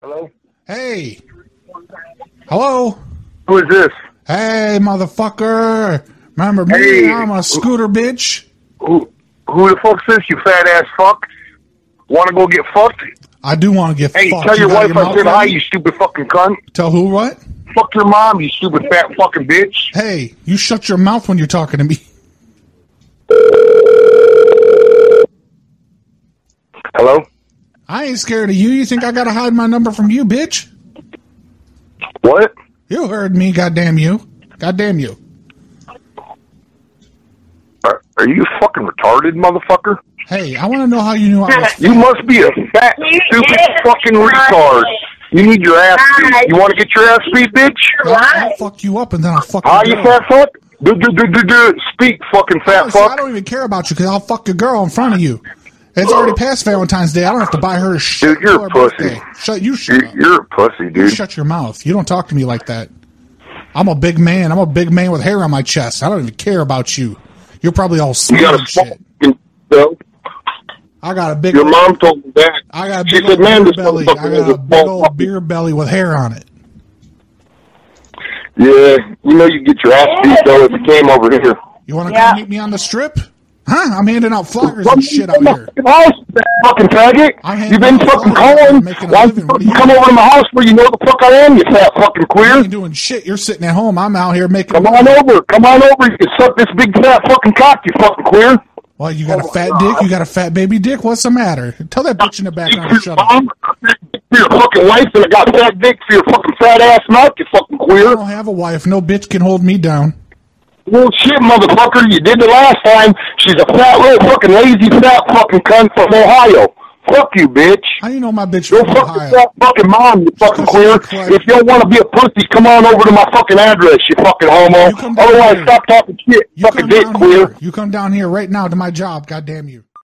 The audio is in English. Hello? Hey. Hello. Who is this? Hey, motherfucker. Remember me? Hey. I'm a scooter bitch. Who who the fuck's this, you fat ass fuck? Wanna go get fucked? I do want to get Hey, fucked. tell your You got wife I mouth said ready? hi, you stupid fucking cunt. Tell who what? Fuck your mom, you stupid fat fucking bitch. Hey, you shut your mouth when you're talking to me. Hello? I ain't scared of you. You think I gotta hide my number from you, bitch? What? You heard me, goddamn you. Goddamn you. Are, are you fucking retarded, motherfucker? Hey, I want to know how you knew I was. You must be a fat, stupid fucking retard. You need your ass beat. You wanna get your ass beat, bitch? I'll, I'll fuck you up and then I'll fuck Hi, your you girl. fat fuck? Do, do, do, do, do. Speak, fucking fat Honestly, I fuck. don't even care about you because I'll fuck your girl in front of you. It's already past Valentine's Day. I don't have to buy her shit. Dude, you're for a her pussy. birthday. Shut you shut You- up. You're a pussy, You dude. shut your mouth. You don't talk to me like that. I'm a big man. I'm a big man with hair on my chest. I don't even care about you. You're probably all You smart got and a fucking. shit. I got a big. Your mom told me that. I got a She big said, old "Man, beer this belly. I motherfucker is got a a big fuck." old beer belly with hair on it. Yeah, you know you get your ass beat though if you came over here. You want to Yeah. come meet me on the strip? Huh? I'm handing out flyers and shit out here. Fucking house, fucking I'm faggot. handing You've been out fucking flyers, calling. making a Why living. you What do fucking you come mean? over to my house where you know the fuck I am, you fat fucking queer? ain't doing shit. You're sitting at home. I'm out here making. Come on over. Come on over. You can suck this big fat fucking cock, you fucking queer. Well, you Oh, got a fat dick. You got a fat baby dick. What's the matter? Tell that bitch in the background to You shut up. mom, for your fucking wife, and I got fat dick for your fucking fat ass mouth, you fucking I queer. don't have a wife. No bitch can hold me down. Well, shit, motherfucker, you did the last time. She's a fat little fucking lazy fat fucking cunt from Ohio. Fuck you, bitch. How you know my bitch Your from fucking Ohio? fat fucking mom, you fucking queer. If you don't want to be a pussy, come on over to my fucking address, you fucking homo. You come down Otherwise, here. stop talking shit, You fucking come dick, down queer. here. You come down here right now to my job. God damn you.